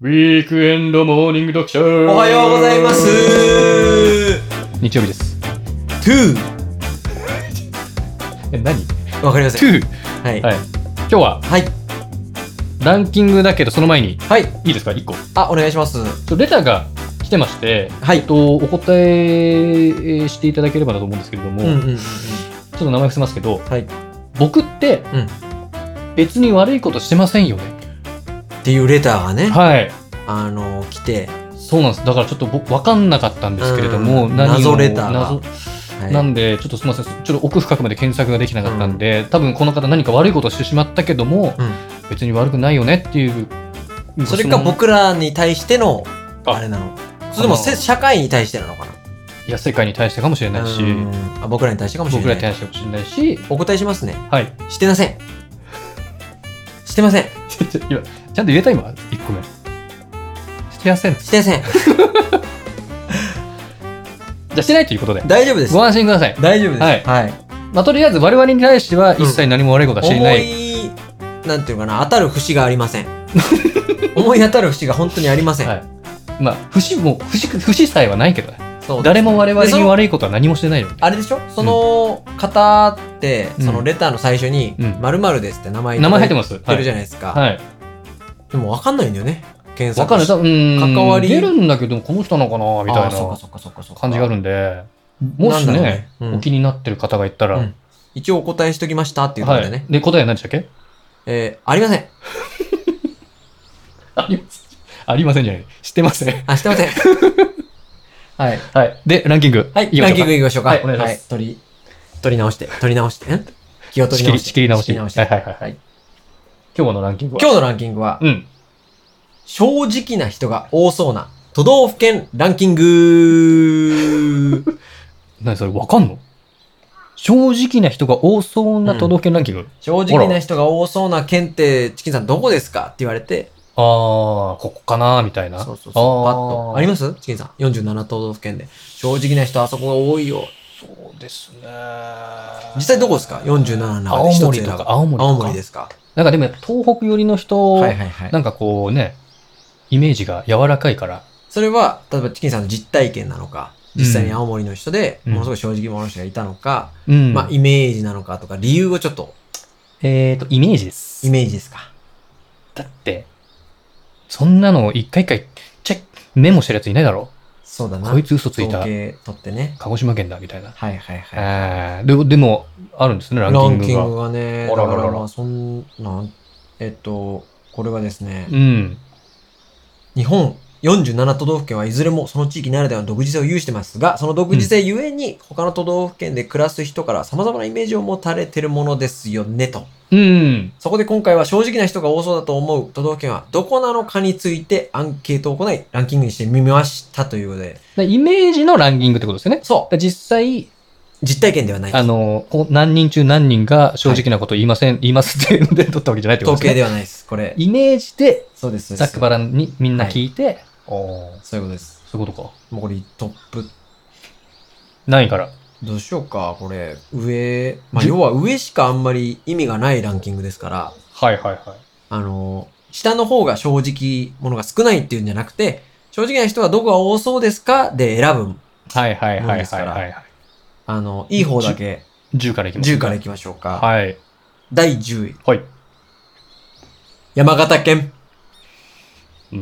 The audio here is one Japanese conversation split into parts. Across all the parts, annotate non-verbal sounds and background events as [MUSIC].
ウィークエンドモーニング読書おおはようございます日曜日です。 !2! え、何わかりません。 ?2! はい。はい。今日ははい。ランキングだけど、その前に、はい。いいですか ?1 個。ちょあ、お願いします。っとレターが来てまして、はいえっと、お答えしていただければなと思うんですけれども、うんうんうんうん。ちょっと名前伏せますけど、はい。っ僕ってうん、別に悪いことしてませんよね。ていうレターがね、はい。あの、来て、そうなんです。だからちょっと僕、わかんなかったんですけれども、うん何を謎レターが謎はいなんで、ちょっとすみません、ちょっと奥深くまで検索ができなかったんで、多分この方、何か悪いことをしてしまったけども、うん別に悪くないよねっていう、それご質か問、僕らに対しての、ああれなの。それともせあの社会に対してなのかいや、世界に対してかもしれなないし、うんあ僕らに対してかもしれ僕ならに対い。してかもしれないし、お答えしますね。はい、 [LAUGHS] してません。してません。しちょちょ今、ちゃんと言えた、今、1個目。してません。じてません。ゃあ、してないということで、大丈夫です。ご安心ください。大丈夫です。はいはい。まあ、とりあえず、我々に対しては一切何も悪いことはしていな思い。いなんていうかな当たる節がありま [LAUGHS] せん思い当たる節が本当にありません、はいまあ、節も、節、節さえはないけどね、そう誰も我々でそにの悪いことは何もしてないの。あれでしょその方って、うんそのレターの最初にうん「まるです」って名前名前入ってますす。てはるじい。ゃないですか、はいでも分かんないんだよね検わ索かんない。して多分、関わり出るんだけど、この人なのかなみたあいーそっかなそっかそっかそっか感じがあるんで、もしなんだろうねね、うんお気になってる方がいたら、うん一応お答えしときましたっていうこはとでね、い。で、答えは何でしたっけ [LAUGHS] えーありませんありません。ありませんじゃない。知ってません。あしてませんはい [LAUGHS] はい。で、ランキング。はいきまラしょうかンキングいきましょうかはいお願いします取り取り直して取り直してん気を取仕り切直り、して仕切り直し。仕はいはいはいははいい。今日のランキングは今日のランキングは、うん。正直な人が多そうな都道府県ランキン [LAUGHS] グ何それ、わかんの正直な人が多そうな都道府県ランキング。正直な人が多そうな県って、チキンさんどこですかって言われて、あー、ここかなみたいな。そうそうそう、パッと。ありまますチキンさん。47都道府県で。正直な人あそこが多いよ。すそうですね。実際どこですか ?47 の中で青一つ森選とぶか、青森とか。青森ですかなんかでもやっぱ東北寄りの人、はいはいはい。なんかこうね、イメージが柔らかいから。それは、例えばチキンさんの実体験なのか、実際に青森の人で、うんものすごい正直者の人がいたのか、うんまあイメージなのかとか、理由をちょっと、えっ、と、イメージです。イメージですかだって、そんなの一回一回チェック、メモしてるやついないだろ。そうだな。こいつ嘘ついた統。計取ってね。鹿児島県だ、みたいな。はいはいはい。えー、ででも、あるんですね、ラランキンングキが。ングがね、あだらかららららまあそんなん、えっと、これはですね、うん。日本47都道府県はいずれもその地域ならではの独自性を有してますが、その独自性ゆえに他の都道府県で暮らす人から様々なイメージを持たれてるものですよねと。うん。そこで今回は正直な人が多そうだと思う都道府県はどこなのかについてアンケートを行いランキングにしてみましたということで、でイメージのランキングってことですよね。そだ実際、う、実体験ではない。あの、こう何人中何人が正直なこと言いません、言いますっていうので取ったわけじゃないってこと統ですね。計ではないです。これ、イメージで、そうです。そうざでっすくばらんにみんな聞いて、おーそういうことです。そういうことか。もうこれトップないから。どうしようか、これ。上、まあ、要は上しかあんまり意味がないランキングですから、はいはいはい。あの、下の方が正直ものが少ないっていうんじゃなくて、正直な人はどこが多そうですかで選ぶ。はいはいもはんいですはかいらはいはい。あの、いい方だけ、 10からいきます。 10からいきましょうか。はい。第10位。はい。う山形県。ー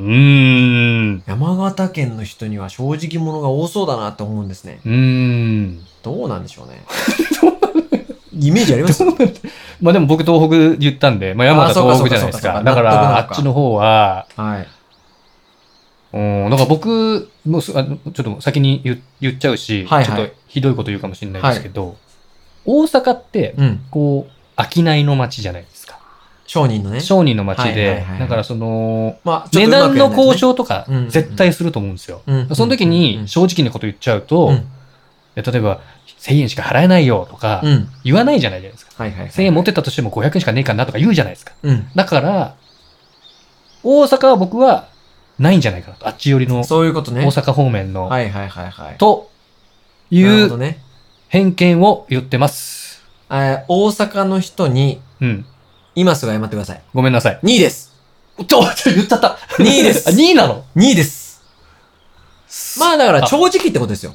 ん。山形県の人には正直者が多そうだなと思うんですね。うー [LAUGHS] ん。どうなんでし [LAUGHS] ょうね。イメージありますまあでも僕東北言ったんで、まあ山あー形そうか東北じゃないですそか。うかそうかだか納得なら、のあかっちの方は、はい。うん、なんか僕、もうすあのちょっと先に言言っちゃうし、はいはいちょっとひどいこと言うかもしれないですけど、大阪って、うん。こう、商いの町じゃないですか。商人のね。商人の町で、はいはいはいはいだからその、まあ、ちょっ値とうま段くのやんないとね交渉とかうんうんうん絶対すると思うんですよ。うんその時うんうんうにん正直なこと言っちゃうと、例えば1000円しか払えないよとかうん。うん。言わないじゃないですか。はいはいはい。 1000円持ってったとしても500円しかねえかなとか言うじゃないですか。うん。だから、大阪は僕はないんじゃないかなと。あっち寄りの大そういうことね。阪方面の、はいはいはいはい。といなるほどうね。偏見を言ってます。えー大阪の人に、うん。今すぐ謝ってください。ごめんなさい。 2位です。ちょ、ちょ、言っちゃった。 2位ですあ、2位なの2位です。まあだから、あ長時期ってことですよ。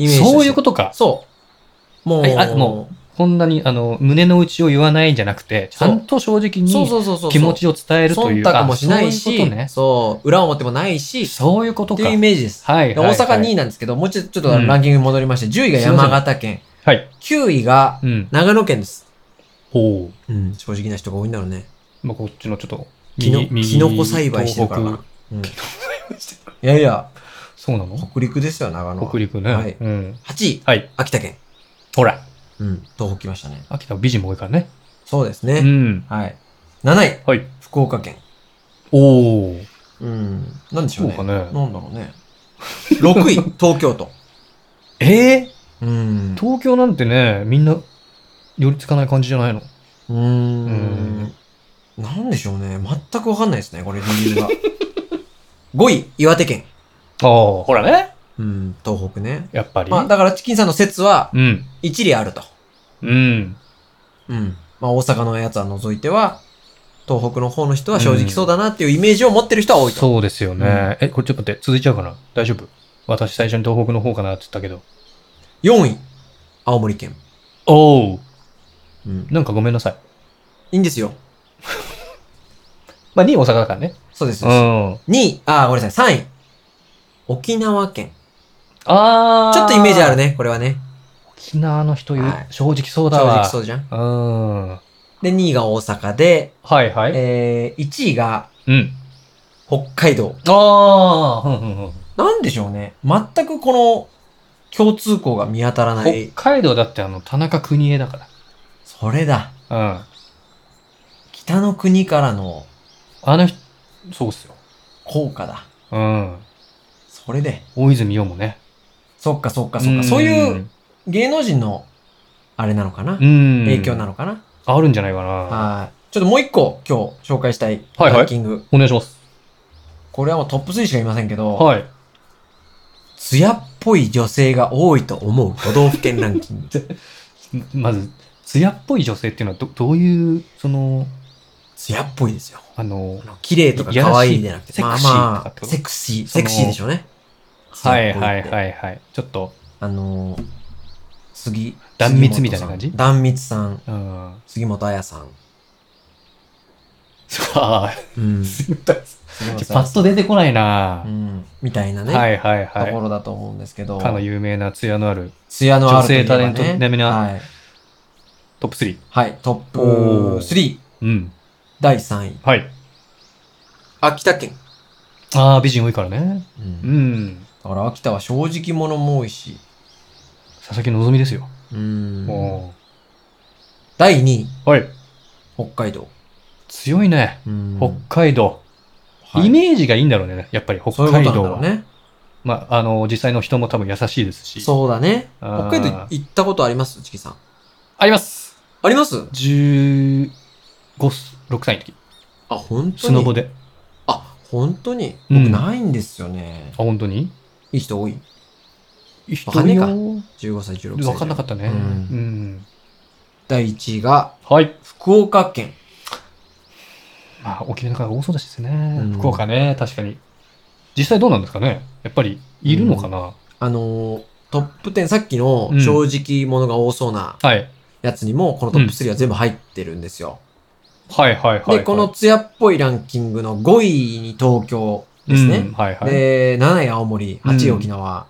イメージとして。そういうことか。そう。もう、ああもこんなに、あの、胸の内を言わないんじゃなくて、ちゃんと正直そうにそうそうそう。気持ちを伝えるとい忖う。度もしないし、あそうそういうことね。裏表もないし、っそういうことてか。いうイメージです。はい、で大はい。阪2に位なんですけど、もうちょっとちょっとランキングに戻りまして、10位が山形県、はい。 9位がうん。長野県です。ほう。うん、正直な人が多いんだろうね。まあ、こっちのちょっと、きの右右キノコ栽培してるからかな東。うん、い北してるやいや、そうなの北陸ですよ、長野は。北陸ね。はいうん。 8位、はい。秋田県。ほら。うん、東北来ましたね。秋田は美人も多いからね。そうですうね。ん。はい。7位、はい。福岡県。おー。うん、なんでしょうね。そうかねなんだろうね。6位、東京都。えうんー、。東京なんてね、みんな、寄りつかない感じじゃないのうーん。なんでしょうね。全くわかんないですね、これ理由が。5位、岩手県。ああ、ほらね。うん、東北ね。やっぱり。まあ、だからチキンさんの説はうん。一理あると。うん。うん。まあ、大阪のやつは除いては、東北の方の人は正直そうだなっていうイメージを持ってる人は多いと。そうですよね。え、これちょっと待って、続いちゃうかな大丈夫私最初に東北の方かなって言ったけど。 4位、青森県。おおうん。なんかごめんなさい。いいんですよ。まあ、2位大阪だからね。そうです。うん。 2あ位、あー、ごめんなさい、3位、沖縄県。あちょっとイメージあるね。ね、これはね。沖縄の人言う、はい正直そう正だわ。直そうじゃん。うん。で、2位が大阪で、はいはい。えー、1位がうん。北海道。ああ、うんうんうん。なんでしょうね。全くこの共通項が見当たらな北い。海道だってあの、田中邦衛だかそれだ。ら。うん。北の国からのあの人、そうっすよ。効果だ。うん。それで。大泉洋もね。そっかそっかそっか。んそういう、芸能人のあれなのかうなん。影響なのかなあるんじゃないかな。はい。ちょっともう一個今日紹介したいはいはいランキング。お願いします。これはもうトップ3しかいませんけど、はい。艶っぽい女性が多いと思う都道府県ランキング。 [LAUGHS] まず、艶っぽい女性っていうのはど、どういう、その、艶っぽいですよ。あのあ、の綺麗とかいやらしい可愛いじゃなくて、セクシーとかってことセクシー、そセのクシーでしょうね。はいはいい。はいはい。ちょっと、あのー、杉、壇蜜杉本さんみたいな感じ壇蜜さん、うん。 [LAUGHS] あ杉本彩さん。あ、うん。すいません杉本パ彩ッさと出てこないな、ん。うん。みたいなね、はいはいとこはろだと思うんですけどい。、かの有名な艶のある艶のあるといえばね女性タレント並みなはい。トップ3。はい、トップおー3、うん。第3位。はい。秋田県。ああ、美人多いからね。う。うんん。だから秋田は正直者も多いし、佐々木希ですよ。うん。お第2位、ーはい。北海道。強いね。うん北海道、はいイメージがいいんだろうね。やっぱりそ北ういう海ことなん道は。だろうね。まあ、あの、実際の人も多分優しいですし。う。そうだね。あー北海道行ったことありますチキさん。ありますあります !15、6歳の時。あ、本当にスノボで。あ、本当にうん僕ないんですよねあ、。本当にいい人多い一わかんねえか人 ?15 歳、16歳。わかんなかったね。ううんん。第1位が、はい。福岡県。まあ、沖縄が多そうだしですね、うん福岡ね、確かに。実際どうなんですかねやっぱり、いるのかな、あのートップ10、さっきのうん正直者が多そうなはい。やつにも、このトップ3は全部入ってるんですよ。はいはいはい、はい。で、この艶っぽいランキングの5位に東京ですうんね。はいはい。で、7位青森、8位うん沖縄。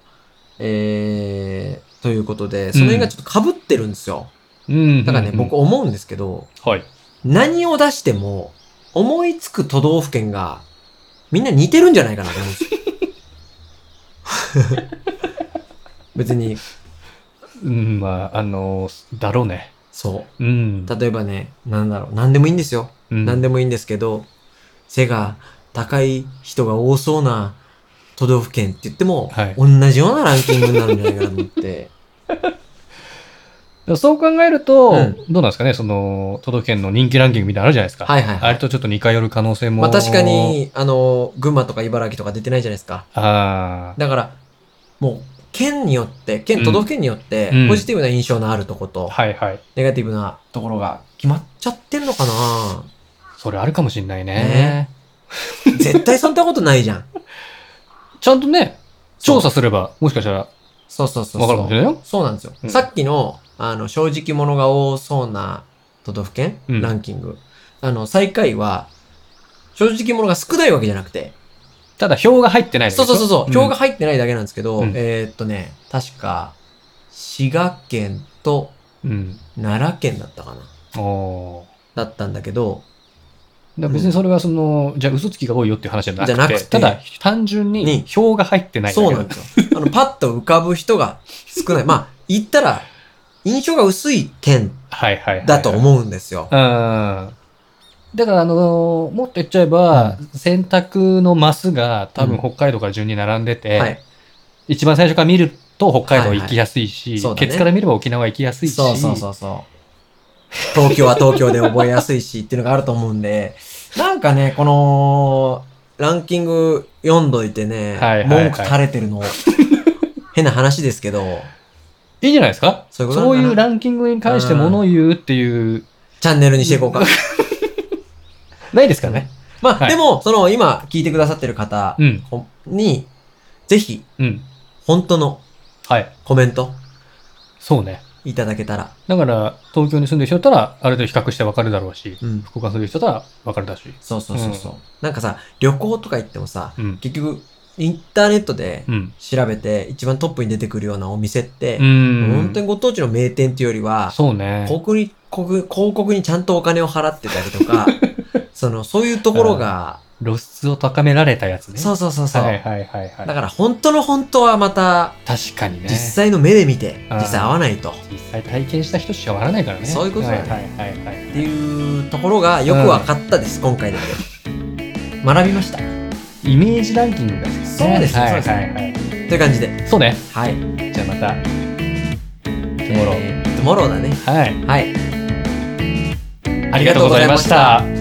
えー、ということで、その辺がちょっと被ってるんですよ。うん。だからね、僕思うんですけど、僕。はい。何を出しても、思いつく都道府県が、みんな似てるんじゃないかなと思うんですよ。 [LAUGHS] 別に、うん、まあ、あの、だろうね。そうん。う。例えばね、なんだろう、何でもいいんですよ。うん、何でもいいんですけど、背が高い人が多そうな都道府県って言っても、はい同じようなランキングになるんじゃないかなと思 [LAUGHS] って。でもそう考えると、うんどうなんですかね、その、都道府県の人気ランキングみたいなのあるじゃないですか。はいはいはあれい。とちょっと似通る可能性も。まあ確か。に、あの、群馬とか茨城とか出てないじゃないですか。あだから、もう、県によって、県、都道府県によってう、んポジティブな印象のあるとこと、あ、はいはい。ネガティブなところが決まっちゃってるのかなそれあるかもしんないね。ね絶対そんなことない [LAUGHS] じゃん。ちゃんとね、調査すれば、もしかしたらわそうそうそうそう。かるかもしれないよ。そうなんですよ。うんさっきの、あの、正直者が多そうな都道府県、うんランキング。あの、最下位は、正直者が少ないわけじゃなくて、ただ票が入ってないだけそうそうそう、そうでしょ票が入ってないだけなんですけど、うんえーっとね、確か、滋賀県とうん。うん奈良県だったかな。おーだったんだけど、だから別にそれはその、じゃあ嘘つきが多いよっていう話じゃなくて、じゃなくてただ単純にに票が入ってないだけそうなんですよ。あの、パッと浮かぶ人が少ない。まあ、言ったら、印象が薄い県はいはいはいはい。だと思うんですよう。ん。だから、あのーもっと言っちゃえば、洗濯のマスが多分うん北海道から順に並んでて、はい。一番最初から見ると北海道行きやすいし、はいはいそうだねケツから見れば沖縄行きやすいし、そうそうそうそう。東京は東京で覚えやすいしっていうのがあると思うんで、なんかね、この、ランキング読んどいてね、はいはいはい文句垂れてるの、変な話ですけど、いいんじゃないですかそういうことなのそかうないうランキングに関して物を言うっていう、チャンネルにしていこうか。ないですかね。まあ、はいでも、その、今、聞いてくださってる方うん、に、ぜひ、うん。本当のはい。コメントそうね。いただけたら、だから、東京に住んでる人だったら、ある程度比較してわかるだろうし、うん。福岡に住んでる人だったらわかるだろうし。そうそうそうそう。なんかさ、旅行とか行ってもさ、うん。結局、インターネットでうん。調べて、一番トップに出てくるようなお店ってう、ん。本当にご当地の名店っていうよりは、そうね。広告に、広広告にちゃんとお金を払ってたり [LAUGHS] とか、その、そういうところが、露出を高められたやつね。そうそうそうそう。はいはいはいはい。だから、本当の本当はまた、確かにね。実際の目で見て、あー実際合わないと。実際体験した人しかわからないからね。そういうことだはよいねはいはいはい。っていうところがよく分かったです、今回だけ学びましたとイメージランキングだね。そうですねはいそうですねはいはい。いう感じでそうね。はいじゃあまた。えートゥモローだねはい。はいありがとうございました。